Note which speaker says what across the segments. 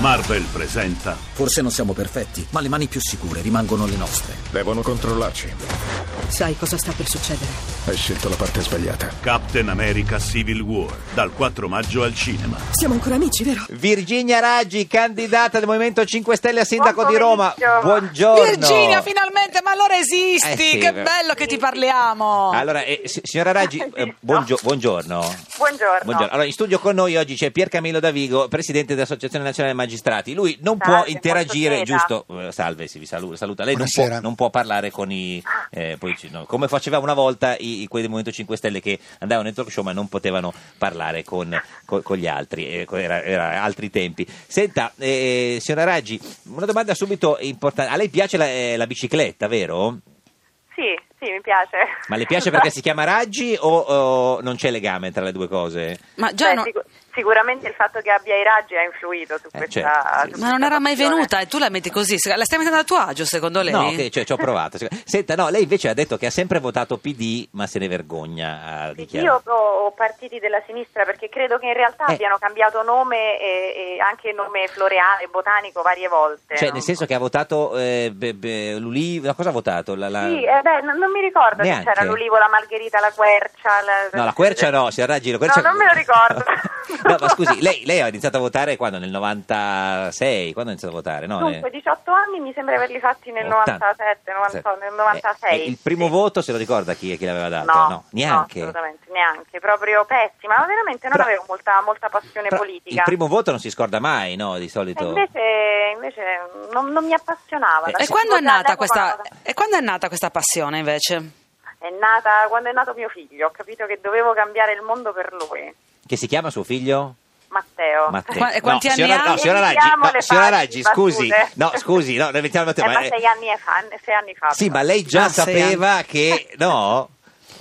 Speaker 1: Marvel presenta
Speaker 2: Forse non siamo perfetti, ma le mani più sicure rimangono le nostre.
Speaker 3: Devono controllarci.
Speaker 4: Sai cosa sta per succedere?
Speaker 3: Hai scelto la parte sbagliata.
Speaker 1: Captain America Civil War dal 4 maggio al cinema.
Speaker 4: Siamo ancora amici, vero?
Speaker 5: Virginia Raggi, candidata del Movimento 5 Stelle a sindaco di Roma.
Speaker 6: Buon pomeriggio.
Speaker 5: Buongiorno.
Speaker 7: Virginia, finalmente, ma allora esisti!
Speaker 5: Eh sì,
Speaker 7: che
Speaker 5: vero.
Speaker 7: bello che ti parliamo!
Speaker 5: Allora, eh, si- signora Raggi, eh,
Speaker 6: Esisto.
Speaker 5: buongio- buongiorno.
Speaker 6: Buongiorno.
Speaker 5: Buongiorno. Allora, in studio con noi oggi c'è Pier Camillo Davigo, presidente dell'Associazione Nazionale Magistrati. Lui non
Speaker 6: Salve,
Speaker 5: può interagire,
Speaker 6: buonasera.
Speaker 5: giusto? Eh, Salve, si vi saluta. saluta. Lei non può,
Speaker 8: Buonasera.
Speaker 5: non può parlare con i. eh, poi ci- no, come faceva una volta i, i- quelli del Movimento 5 Stelle che andavano in talk show ma non potevano parlare con, co- con gli altri. Eh, co- era, era altri tempi. Senta, eh, signora Raggi, una domanda subito importante. A lei piace la, eh, la bicicletta, vero?
Speaker 6: Sì, sì, mi piace.
Speaker 5: Ma le piace perché si chiama Raggi o- o non c'è legame tra le due cose?
Speaker 7: Ma già
Speaker 6: Beh,
Speaker 7: non-
Speaker 6: sicu- sicuramente il fatto che abbia i raggi ha influito su
Speaker 5: Eh,
Speaker 6: questa.
Speaker 5: certo, sì.
Speaker 6: su
Speaker 7: ma non
Speaker 6: questa
Speaker 7: era mai
Speaker 6: questione.
Speaker 7: venuta e tu la metti così. Se- La stai mettendo a tuo agio, secondo lei?
Speaker 5: No, che- cioè, ci ho provato. Senta, no, lei invece ha detto che ha sempre votato PD, ma se ne vergogna a
Speaker 6: Sì,
Speaker 5: dichiarare.
Speaker 6: Io ho, ho partiti della sinistra perché credo che in realtà
Speaker 5: Eh.
Speaker 6: abbiano cambiato nome e, e anche nome floreale, botanico varie volte.
Speaker 5: Cioè,
Speaker 6: no?
Speaker 5: nel senso che ha votato eh, be- be- l'Ulivo, no, cosa ha votato? La, la-
Speaker 6: Sì, eh, beh, non, non mi ricordo se
Speaker 5: Neanche?
Speaker 6: c'era l'ulivo, la margherita, la quercia. la-
Speaker 5: No, la quercia no, si raggi la quercia.
Speaker 6: No, non me lo ricordo.
Speaker 5: no, ma scusi, lei, lei ha iniziato a votare quando? Nel 96? Quando ha iniziato a votare? No,
Speaker 6: Dunque,
Speaker 5: nel-
Speaker 6: 18 anni mi sembra averli fatti nel 97, 90 nel
Speaker 5: Eh,
Speaker 6: 96.
Speaker 5: eh, il primo
Speaker 6: sì.
Speaker 5: voto se lo ricorda chi, chi l'aveva dato?
Speaker 6: No,
Speaker 5: neanche.
Speaker 6: no, assolutamente, neanche, proprio pessima, ma veramente non
Speaker 5: Però-
Speaker 6: avevo molta, molta passione
Speaker 5: Però
Speaker 6: politica.
Speaker 5: Il primo voto non si scorda mai, no? Di solito.
Speaker 6: E invece, invece non, non mi appassionava. Cioè,
Speaker 5: Eh,
Speaker 6: la
Speaker 7: E
Speaker 5: Sì,
Speaker 7: quando è
Speaker 6: scuola
Speaker 7: nata
Speaker 6: all'epoca
Speaker 7: questa,
Speaker 6: non-
Speaker 7: e quando è nata questa passione invece?
Speaker 6: È nata quando è nato mio figlio, ho capito che dovevo cambiare il mondo per lui,
Speaker 5: Che si chiama suo figlio?
Speaker 6: Matteo.
Speaker 5: Matteo.
Speaker 7: Qua- e quanti
Speaker 5: no,
Speaker 7: anni
Speaker 5: signora,
Speaker 7: ha?
Speaker 5: No, signora Raggi,
Speaker 6: Evitiamo
Speaker 5: no,
Speaker 6: le
Speaker 5: signora
Speaker 6: facili
Speaker 5: Raggi, scusi.
Speaker 6: battute.
Speaker 5: No, scusi, no, le mettiamo il
Speaker 6: Eh,
Speaker 5: tema.
Speaker 6: ma
Speaker 5: eh,
Speaker 6: sei anni, e fa- sei anni fa.
Speaker 5: Sì, ma lei già
Speaker 7: Ah, sei
Speaker 5: sapeva
Speaker 6: Eh.
Speaker 5: che... No?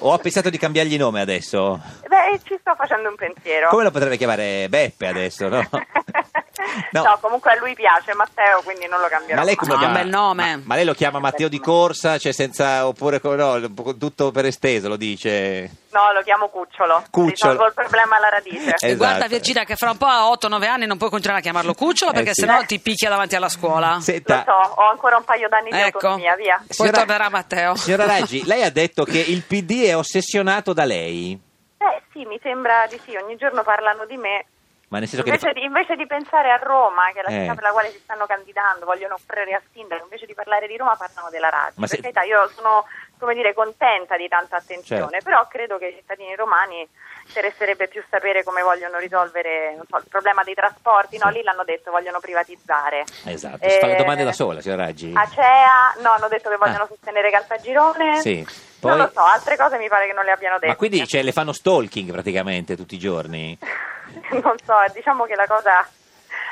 Speaker 5: O ha pensato di cambiargli nome adesso?
Speaker 6: Beh, ci sto facendo un pensiero.
Speaker 5: Come lo potrebbe chiamare Beppe adesso, no?
Speaker 6: No. comunque a lui piace Matteo, quindi non lo cambierò.
Speaker 5: Ma lei come
Speaker 6: mai.
Speaker 5: lo
Speaker 7: No,
Speaker 5: chiama?
Speaker 7: un bel nome.
Speaker 5: Ma, ma lei lo chiama Matteo di Corsa, cioè senza... oppure co- no, tutto per esteso lo dice...
Speaker 6: No, lo chiamo Cucciolo.
Speaker 5: Cucciolo.
Speaker 6: Risolvo il problema alla radice.
Speaker 5: Eh, Esatto.
Speaker 7: Guarda Virginia che fra un po' a 8-9 anni non puoi continuare a chiamarlo cucciolo
Speaker 5: Eh,
Speaker 7: perché
Speaker 5: sì.
Speaker 7: sennò ti picchia davanti alla scuola.
Speaker 5: Senta,
Speaker 6: Lo so, ho ancora un paio d'anni di
Speaker 7: Ecco.
Speaker 6: autonomia, via.
Speaker 7: Poi tornerà Matteo.
Speaker 5: Signora Raggi, lei ha detto che il PD è ossessionato da lei,
Speaker 6: Eh sì, mi sembra di sì, ogni giorno parlano di me.
Speaker 5: ma nel senso che...
Speaker 6: Invece di, invece di pensare a Roma, che è la
Speaker 5: Eh.
Speaker 6: città per la quale si stanno candidando, vogliono offrire a sindaco, invece di parlare di Roma parlano della Raggi.
Speaker 5: Ma
Speaker 6: Per
Speaker 5: se-
Speaker 6: carità, io sono come dire, contenta di tanta attenzione,
Speaker 5: Certo.
Speaker 6: però credo che ai cittadini romani interesserebbe più sapere come vogliono risolvere non so, il problema dei trasporti, no? Lì l'hanno detto, vogliono privatizzare.
Speaker 5: Esatto, si fa le
Speaker 6: Eh,
Speaker 5: domande da sola, signora Raggi.
Speaker 6: Acea, no, hanno detto che vogliono
Speaker 5: Ah.
Speaker 6: sostenere Caltagirone.
Speaker 5: Sì, poi-
Speaker 6: Non lo so, altre cose mi pare che non le abbiano dette.
Speaker 5: Ma quindi cioè, le fanno stalking praticamente tutti i giorni?
Speaker 6: non so, diciamo che la cosa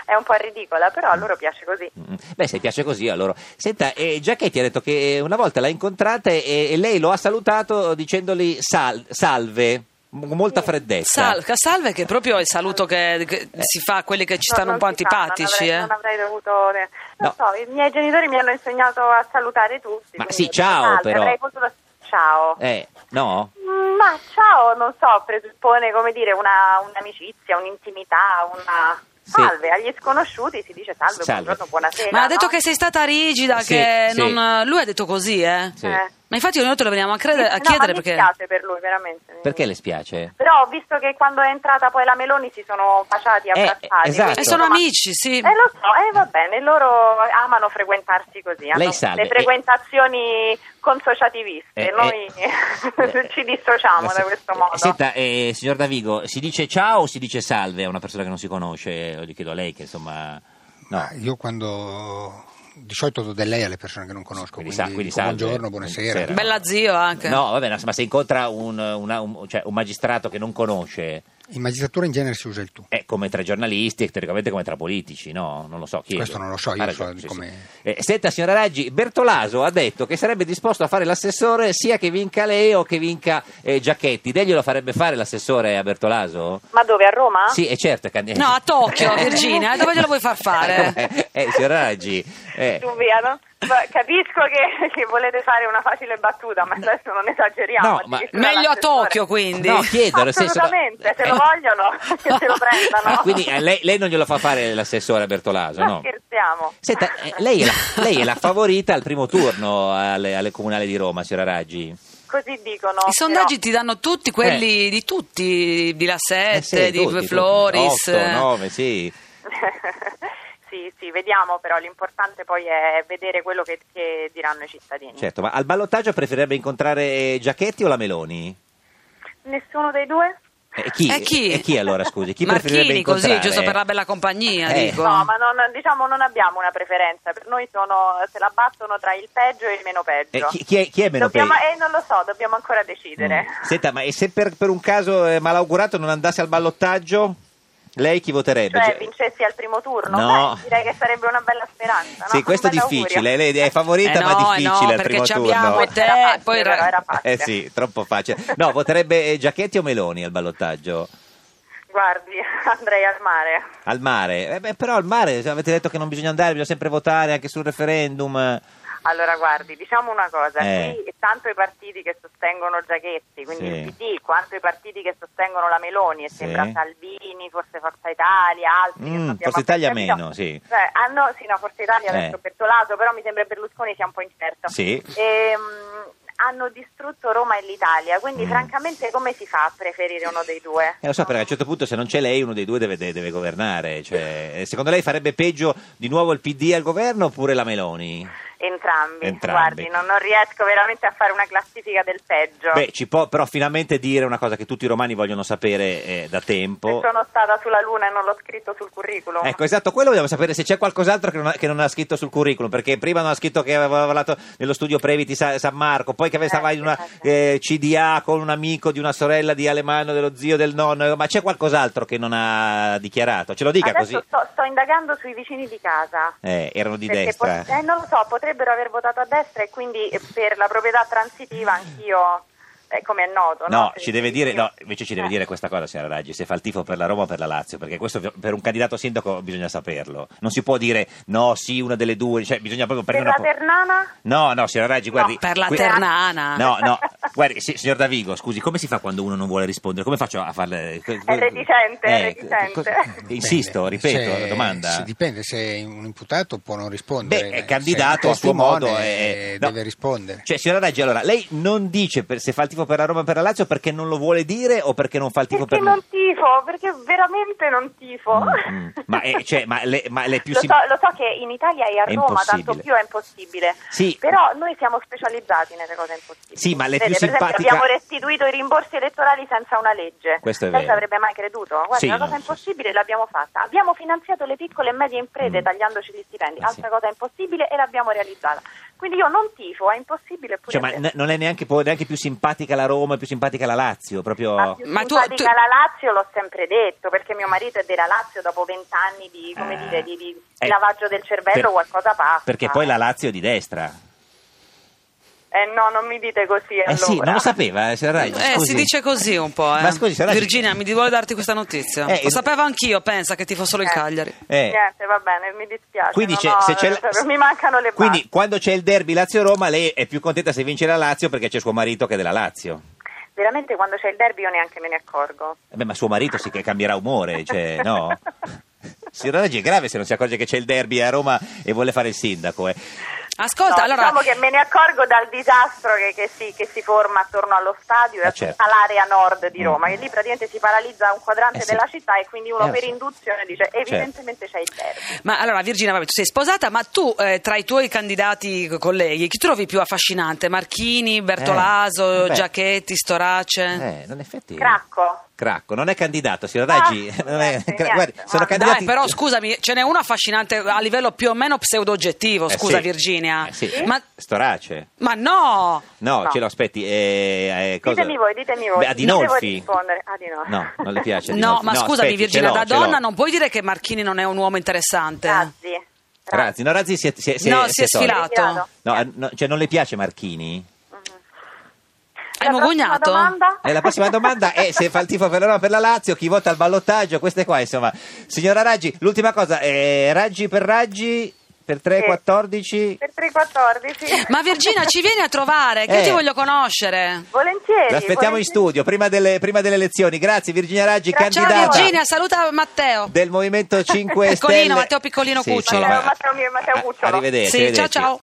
Speaker 6: è un po' ridicola, però a loro piace così.
Speaker 5: Mm. Beh, se piace così a loro. Senta, eh, Giacchetti ha detto che una volta l'ha incontrata e, e lei lo ha salutato dicendogli sal- salve, con molta freddezza.
Speaker 7: Sal- salve che è proprio il saluto che, che si fa a quelli che ci
Speaker 6: No,
Speaker 7: stanno
Speaker 6: non
Speaker 7: un po'
Speaker 6: si fa,
Speaker 7: antipatici. eh.
Speaker 6: non, avrei, non avrei dovuto. eh, Non
Speaker 5: No.
Speaker 6: so, i miei genitori mi hanno insegnato a salutare tutti.
Speaker 5: Ma
Speaker 6: quindi
Speaker 5: sì,
Speaker 6: ho detto,
Speaker 5: ciao,
Speaker 6: "Salve",
Speaker 5: però.
Speaker 6: avrei potuto- Ciao.
Speaker 5: Eh, no?
Speaker 6: Mm, Ma ciao, non so, presuppone come dire una, un'amicizia, un'intimità, una.
Speaker 5: Sì.
Speaker 6: Salve, agli sconosciuti si dice salve,
Speaker 5: Salve.
Speaker 6: buongiorno, buonasera.
Speaker 7: Ma ha detto
Speaker 6: no?
Speaker 7: che sei stata rigida,
Speaker 5: Sì,
Speaker 7: che
Speaker 5: sì.
Speaker 7: non- lui ha detto così, eh.
Speaker 5: Sì.
Speaker 6: Eh.
Speaker 7: Ma infatti noi te lo veniamo a, crede- a
Speaker 6: No,
Speaker 7: chiedere
Speaker 6: ma
Speaker 7: perché...
Speaker 6: Mi piace per lui, veramente.
Speaker 5: Perché le spiace?
Speaker 6: Però ho visto che quando è entrata poi la Meloni si sono baciati e
Speaker 5: Eh,
Speaker 6: abbracciati.
Speaker 5: esatto.
Speaker 6: quindi,
Speaker 7: E sono
Speaker 6: insomma,
Speaker 7: amici, sì.
Speaker 6: Eh lo so, eh, va bene, loro amano frequentarsi così, hanno
Speaker 5: Lei salve,
Speaker 6: le frequentazioni consociativiste,
Speaker 5: Eh,
Speaker 6: noi
Speaker 5: eh,
Speaker 6: ci dissociamo
Speaker 5: Ma se-
Speaker 6: da questo modo.
Speaker 5: eh, Senta, eh, signor Davigo, si dice ciao o si dice salve a una persona che non si conosce? Lo chiedo a lei che insomma... No.
Speaker 8: Ah, Io quando di solito do del lei alle persone che non conosco,
Speaker 5: Quindi
Speaker 8: quindi,
Speaker 5: sa- quindi
Speaker 8: dico
Speaker 5: salve.
Speaker 8: buongiorno,
Speaker 5: Buonasera.
Speaker 8: buonasera.
Speaker 7: Bella zio anche.
Speaker 5: No, vabbè, no, ma se incontra un, una- un- cioè, un magistrato che non conosce,
Speaker 8: In magistratura in genere si usa il tu.
Speaker 5: è come tra giornalisti e teoricamente come tra politici, no? Non lo so. Chiedo.
Speaker 8: Questo non lo so, io
Speaker 5: Ha ragione,
Speaker 8: so
Speaker 5: sì,
Speaker 8: come-
Speaker 5: sì. Eh, senta, signora Raggi, Bertolaso ha detto che sarebbe disposto a fare l'assessore sia che vinca lei o che vinca eh, Giacchetti. Lei glielo farebbe fare l'assessore a Bertolaso?
Speaker 6: Ma dove, a Roma?
Speaker 5: Sì, è certo. Can...
Speaker 7: eh, No, a Tokyo, Virginia, dove glielo vuoi far fare?
Speaker 5: Eh, eh, signora Raggi, eh,
Speaker 6: Su via, no? Ma Capisco che, che volete fare una facile battuta, ma adesso non esageriamo.
Speaker 5: No, ma-
Speaker 6: addirittura
Speaker 7: Meglio a
Speaker 6: l'assessore-
Speaker 7: Tokyo, quindi.
Speaker 5: No, chiedo nel senso, no,
Speaker 6: Assolutamente, se
Speaker 5: eh,
Speaker 6: lo vogliono, che se lo prendano.
Speaker 5: Ah, quindi eh, lei, lei non glielo fa fare l'assessore a Bertolaso,
Speaker 6: Non
Speaker 5: no?
Speaker 6: scherziamo.
Speaker 5: Senta, eh, lei, è la, lei è la favorita al primo turno alle, alle comunali di Roma, c'era Raggi.
Speaker 6: Così dicono.
Speaker 7: I sondaggi
Speaker 6: però-
Speaker 7: ti danno tutti quelli di tutti, di La
Speaker 5: Eh
Speaker 7: Sette,
Speaker 5: sì,
Speaker 7: di
Speaker 5: tutti, tutti.
Speaker 7: Floris. eh.
Speaker 5: Otto, nove, sì.
Speaker 6: sì, sì, vediamo, però l'importante poi è vedere quello che, che diranno i cittadini.
Speaker 5: Certo, ma al ballottaggio preferirebbe incontrare Giacchetti o la Meloni?
Speaker 6: Nessuno dei due?
Speaker 5: E chi?
Speaker 7: Eh, chi?
Speaker 5: E chi allora, scusi? Chi preferirebbe
Speaker 7: Marchini
Speaker 5: incontrare?
Speaker 7: così, giusto per la bella compagnia,
Speaker 5: Eh.
Speaker 7: dico.
Speaker 6: No, ma non, diciamo non abbiamo una preferenza, per noi sono, se la battono tra il peggio e il meno peggio.
Speaker 5: Eh, chi, chi è, chi è meno
Speaker 6: Dobbiamo-
Speaker 5: peggio?
Speaker 6: eh, non lo so, dobbiamo ancora decidere.
Speaker 5: Mm. Senta, ma e se per, per un caso eh, malaugurato non andasse al ballottaggio, lei chi voterebbe?
Speaker 6: Cioè,
Speaker 5: Gi-
Speaker 6: vincessi al primo turno,
Speaker 5: No.
Speaker 6: beh, direi che sarebbe una bella speranza. no?
Speaker 5: Sì, questo è
Speaker 6: Un bell'augurio.
Speaker 5: difficile, lei è
Speaker 7: Eh no,
Speaker 5: favorita ma
Speaker 7: eh
Speaker 5: difficile
Speaker 7: no,
Speaker 5: al
Speaker 7: perché
Speaker 5: primo
Speaker 7: ci
Speaker 5: turno.
Speaker 7: abbiamo te,
Speaker 6: Era facile,
Speaker 7: poi
Speaker 6: però,
Speaker 7: ra-
Speaker 6: era facile.
Speaker 5: Eh sì, troppo facile. No, voterebbe eh, Giacchetti o Meloni al ballottaggio?
Speaker 6: Guardi, andrei al mare.
Speaker 5: Al mare? Eh beh, però al mare cioè, avete detto che non bisogna andare, bisogna sempre votare anche sul referendum.
Speaker 6: Allora, guardi, diciamo una cosa,
Speaker 5: Eh.
Speaker 6: qui tanto i partiti che sostengono Giachetti, quindi
Speaker 5: Sì.
Speaker 6: il PD, quanto i partiti che sostengono la Meloni, e
Speaker 5: Sì.
Speaker 6: sembra Salvini, forse Forza Italia, altri. che
Speaker 5: Mm,
Speaker 6: non abbiamo
Speaker 5: Forza Italia
Speaker 6: capito.
Speaker 5: meno, sì.
Speaker 6: Cioè, hanno, sì, no, Forza Italia
Speaker 5: Eh.
Speaker 6: verso Bertolaso, però mi sembra Berlusconi sia un po' incerto.
Speaker 5: Sì.
Speaker 6: Ehm, hanno distrutto Roma e l'Italia, quindi francamente come si fa a preferire uno dei due?
Speaker 5: Mm. Eh, lo so, perché a un certo punto se non c'è lei uno dei due deve, deve- deve governare. Cioè, eh, secondo lei farebbe peggio di nuovo il PD al governo oppure la Meloni?
Speaker 6: Entrambi,
Speaker 5: Entrambi.
Speaker 6: guardi, non, non riesco veramente a fare una classifica del peggio.
Speaker 5: Beh, ci può però finalmente dire una cosa che tutti i romani vogliono sapere eh, da
Speaker 6: Se
Speaker 5: tempo.
Speaker 6: sono stata sulla Luna e non l'ho scritto sul curriculum.
Speaker 5: Ecco, esatto, quello vogliamo sapere se c'è qualcos'altro che non, ha, che non ha scritto sul curriculum, perché prima non ha scritto che aveva lavorato nello studio Previti Sa- San Marco, poi che aveva-
Speaker 6: Eh,
Speaker 5: stava in
Speaker 6: sì,
Speaker 5: una
Speaker 6: sì.
Speaker 5: eh, CDA con un amico di una sorella di Alemano, dello zio, del nonno, ma c'è qualcos'altro che non ha dichiarato? Ce lo dica
Speaker 6: Adesso
Speaker 5: così.
Speaker 6: Sto, sto indagando sui vicini di casa.
Speaker 5: Eh, erano di
Speaker 6: Perché
Speaker 5: destra.
Speaker 6: pot- eh, non lo so, potrebbero aver votato a destra e quindi eh, per la proprietà transitiva anch'io, eh, come è noto. No,
Speaker 5: No, ci deve dire, no, invece ci deve
Speaker 6: Eh.
Speaker 5: dire questa cosa, signora Raggi, se fa il tifo per la Roma o per la Lazio, perché questo vi- per un candidato sindaco bisogna saperlo. Non si può dire no, sì, una delle due, cioè bisogna proprio
Speaker 6: Per
Speaker 5: prendere
Speaker 6: la
Speaker 5: una po-
Speaker 6: Ternana?
Speaker 5: No, no, signora Raggi, guardi.
Speaker 7: No, per la
Speaker 5: qui-
Speaker 7: Ternana.
Speaker 5: No, no, guardi, si- signor Davigo, scusi, come si fa quando uno non vuole rispondere? Come faccio a farle. Eh,
Speaker 6: È reticente, è reticente.
Speaker 5: co- Insisto,
Speaker 8: Dipende.
Speaker 5: ripeto,
Speaker 8: Se-
Speaker 5: la domanda.
Speaker 8: se- dipende, se un imputato può non
Speaker 5: Beh,
Speaker 8: rispondere.
Speaker 5: è
Speaker 8: se
Speaker 5: candidato
Speaker 8: un
Speaker 5: a suo
Speaker 8: testimone,
Speaker 5: modo e
Speaker 8: eh, Deve rispondere.
Speaker 5: Cioè, signora Raggi, allora, lei non dice per- se fa il tifo per la Roma o per la Lazio perché non lo vuole dire o perché non fa il tifo
Speaker 6: Perché
Speaker 5: per
Speaker 6: non tifo, perché veramente non tifo.
Speaker 5: Mm, mm. Ma, eh, cioè, ma le- ma le più
Speaker 6: lo,
Speaker 5: sim-
Speaker 6: so, lo so che in Italia e a
Speaker 5: È
Speaker 6: Roma tanto
Speaker 5: impossibile.
Speaker 6: più è impossibile,
Speaker 5: Sì.
Speaker 6: però noi siamo specializzati nelle cose impossibili.
Speaker 5: Sì, ma le
Speaker 6: Vede,
Speaker 5: più
Speaker 6: per esempio,
Speaker 5: simpatica-
Speaker 6: abbiamo restituito i rimborsi elettorali senza una legge.
Speaker 5: Questo è
Speaker 6: Lei
Speaker 5: vero.
Speaker 6: ci avrebbe mai creduto? Guarda,
Speaker 5: Sì,
Speaker 6: una
Speaker 5: no,
Speaker 6: cosa
Speaker 5: sì,
Speaker 6: impossibile l'abbiamo fatta. Abbiamo finanziato le piccole e medie imprese
Speaker 5: Mm.
Speaker 6: tagliandoci gli stipendi,
Speaker 5: Eh,
Speaker 6: altra
Speaker 5: sì.
Speaker 6: cosa impossibile e l'abbiamo realizzata. Quindi io non tifo, è impossibile eppure
Speaker 5: Cioè, ma
Speaker 6: è vero.
Speaker 5: n- non è neanche, po- neanche più simpatica la Roma, è più simpatica la Lazio, proprio...
Speaker 6: Ma più
Speaker 7: Ma tu-
Speaker 6: simpatica
Speaker 7: tu-
Speaker 6: la Lazio l'ho sempre detto, perché mio marito è della Lazio dopo vent'anni di, come
Speaker 5: Eh,
Speaker 6: dire, di, di
Speaker 5: eh,
Speaker 6: lavaggio del cervello
Speaker 5: per-
Speaker 6: qualcosa passa.
Speaker 5: Perché poi la Lazio è di destra.
Speaker 6: Eh no, non mi dite così allora.
Speaker 5: Eh sì, non lo sapeva, eh, signora Raggi,
Speaker 7: Eh,
Speaker 5: scusi.
Speaker 7: si dice così un po', eh.
Speaker 5: Ma scusi, signora Raggi-
Speaker 7: Virginia, mi vuole darti questa notizia.
Speaker 5: Eh,
Speaker 7: Lo sapevo anch'io, pensa che ti fa solo il
Speaker 6: Eh.
Speaker 7: Cagliari.
Speaker 5: Eh.
Speaker 6: Niente, va bene, mi dispiace.
Speaker 5: Quindi,
Speaker 6: non
Speaker 5: c'è-
Speaker 6: ho-
Speaker 5: se c'è la-
Speaker 6: proprio mi mancano le
Speaker 5: Quindi,
Speaker 6: basi.
Speaker 5: quando c'è il derby Lazio-Roma, lei è più contenta se vince la Lazio perché c'è suo marito che è della Lazio.
Speaker 6: Veramente quando c'è il derby io neanche me ne accorgo.
Speaker 5: Eh Beh, ma suo marito sì che cambierà umore, cioè, no? Signora Raggi, è grave se non si accorge che c'è il derby a Roma e vuole fare il sindaco, eh.
Speaker 7: Ascolta,
Speaker 6: No,
Speaker 7: allora...
Speaker 6: Diciamo che me ne accorgo dal disastro che, che si, che si forma attorno allo stadio e
Speaker 5: Ah,
Speaker 6: a tutta
Speaker 5: certo.
Speaker 6: l'area nord di Roma, che lì praticamente si paralizza un quadrante
Speaker 5: Eh sì.
Speaker 6: della città e quindi uno
Speaker 5: Eh, Certo.
Speaker 6: per
Speaker 5: sì.
Speaker 6: induzione dice evidentemente c'è il derby.
Speaker 7: Ma allora Virginia, vabbè, tu sei sposata, ma tu eh, tra i tuoi candidati co- colleghi chi trovi più affascinante? Marchini, Bertolaso,
Speaker 5: Eh, beh.
Speaker 7: Giachetti, Storace? Ah,
Speaker 5: Eh, in effetti...
Speaker 6: Cracco.
Speaker 5: Cracco, non è candidato, signora Raggi.
Speaker 6: Ah,
Speaker 5: non è- cra-
Speaker 6: niente, niente,
Speaker 5: guardi,
Speaker 6: guarda.
Speaker 5: sono
Speaker 6: Dai,
Speaker 5: candidati.
Speaker 7: Ah, Dai, però scusami, ce n'è uno affascinante a livello più o meno pseudo-oggettivo,
Speaker 5: Eh,
Speaker 7: scusa
Speaker 5: sì.
Speaker 7: Virginia.
Speaker 5: Eh, sì.
Speaker 7: Ma,
Speaker 5: Storace.
Speaker 7: ma no!
Speaker 5: No,
Speaker 6: No.
Speaker 5: ce lo aspetti. eh, eh, cosa-
Speaker 6: Ditemi voi, ditemi voi.
Speaker 5: Beh, Adinolfi.
Speaker 6: Non devo rispondere, Adinolfi.
Speaker 5: No, non le piace.
Speaker 7: No,
Speaker 5: Adinolfi.
Speaker 7: ma scusami
Speaker 5: aspetti,
Speaker 7: Virginia,
Speaker 5: ce l'ho,
Speaker 7: da
Speaker 5: ce l'ho.
Speaker 7: donna non puoi dire che Marchini non è un uomo interessante.
Speaker 6: Grazie.
Speaker 5: Razzi, no, Razzi si è, si è- si
Speaker 7: No,
Speaker 5: è-
Speaker 7: si è
Speaker 5: si è tolto.
Speaker 7: sfilato.
Speaker 6: Ritirato.
Speaker 5: No, eh, no, cioè non le piace Marchini?
Speaker 7: Hai mogugnato?
Speaker 5: E Eh, la prossima domanda è se fa il tifo per la Roma o per la Lazio, chi vota al ballottaggio, queste qua, insomma. Signora Raggi, l'ultima cosa, eh, Raggi per Raggi per 3,
Speaker 6: Sì.
Speaker 5: 14?
Speaker 6: Per 3.14.
Speaker 7: Ma Virginia, ci vieni a trovare, che
Speaker 5: Eh.
Speaker 7: io ti voglio conoscere.
Speaker 6: Volentieri.
Speaker 5: L'aspettiamo in
Speaker 6: volentieri.
Speaker 5: studio prima delle, prima delle elezioni. Grazie Virginia Raggi,
Speaker 6: Grazie.
Speaker 7: Ciao
Speaker 5: candidata
Speaker 7: Virginia, saluta Matteo.
Speaker 5: del Movimento 5
Speaker 7: Piccolino,
Speaker 5: Stelle.
Speaker 7: Matteo Piccolino Cucciolo.
Speaker 5: ma-
Speaker 6: Matteo Matteo Cucciolo.
Speaker 5: Arrivederci.
Speaker 7: Sì, ciao
Speaker 5: arrivederci.
Speaker 7: ciao.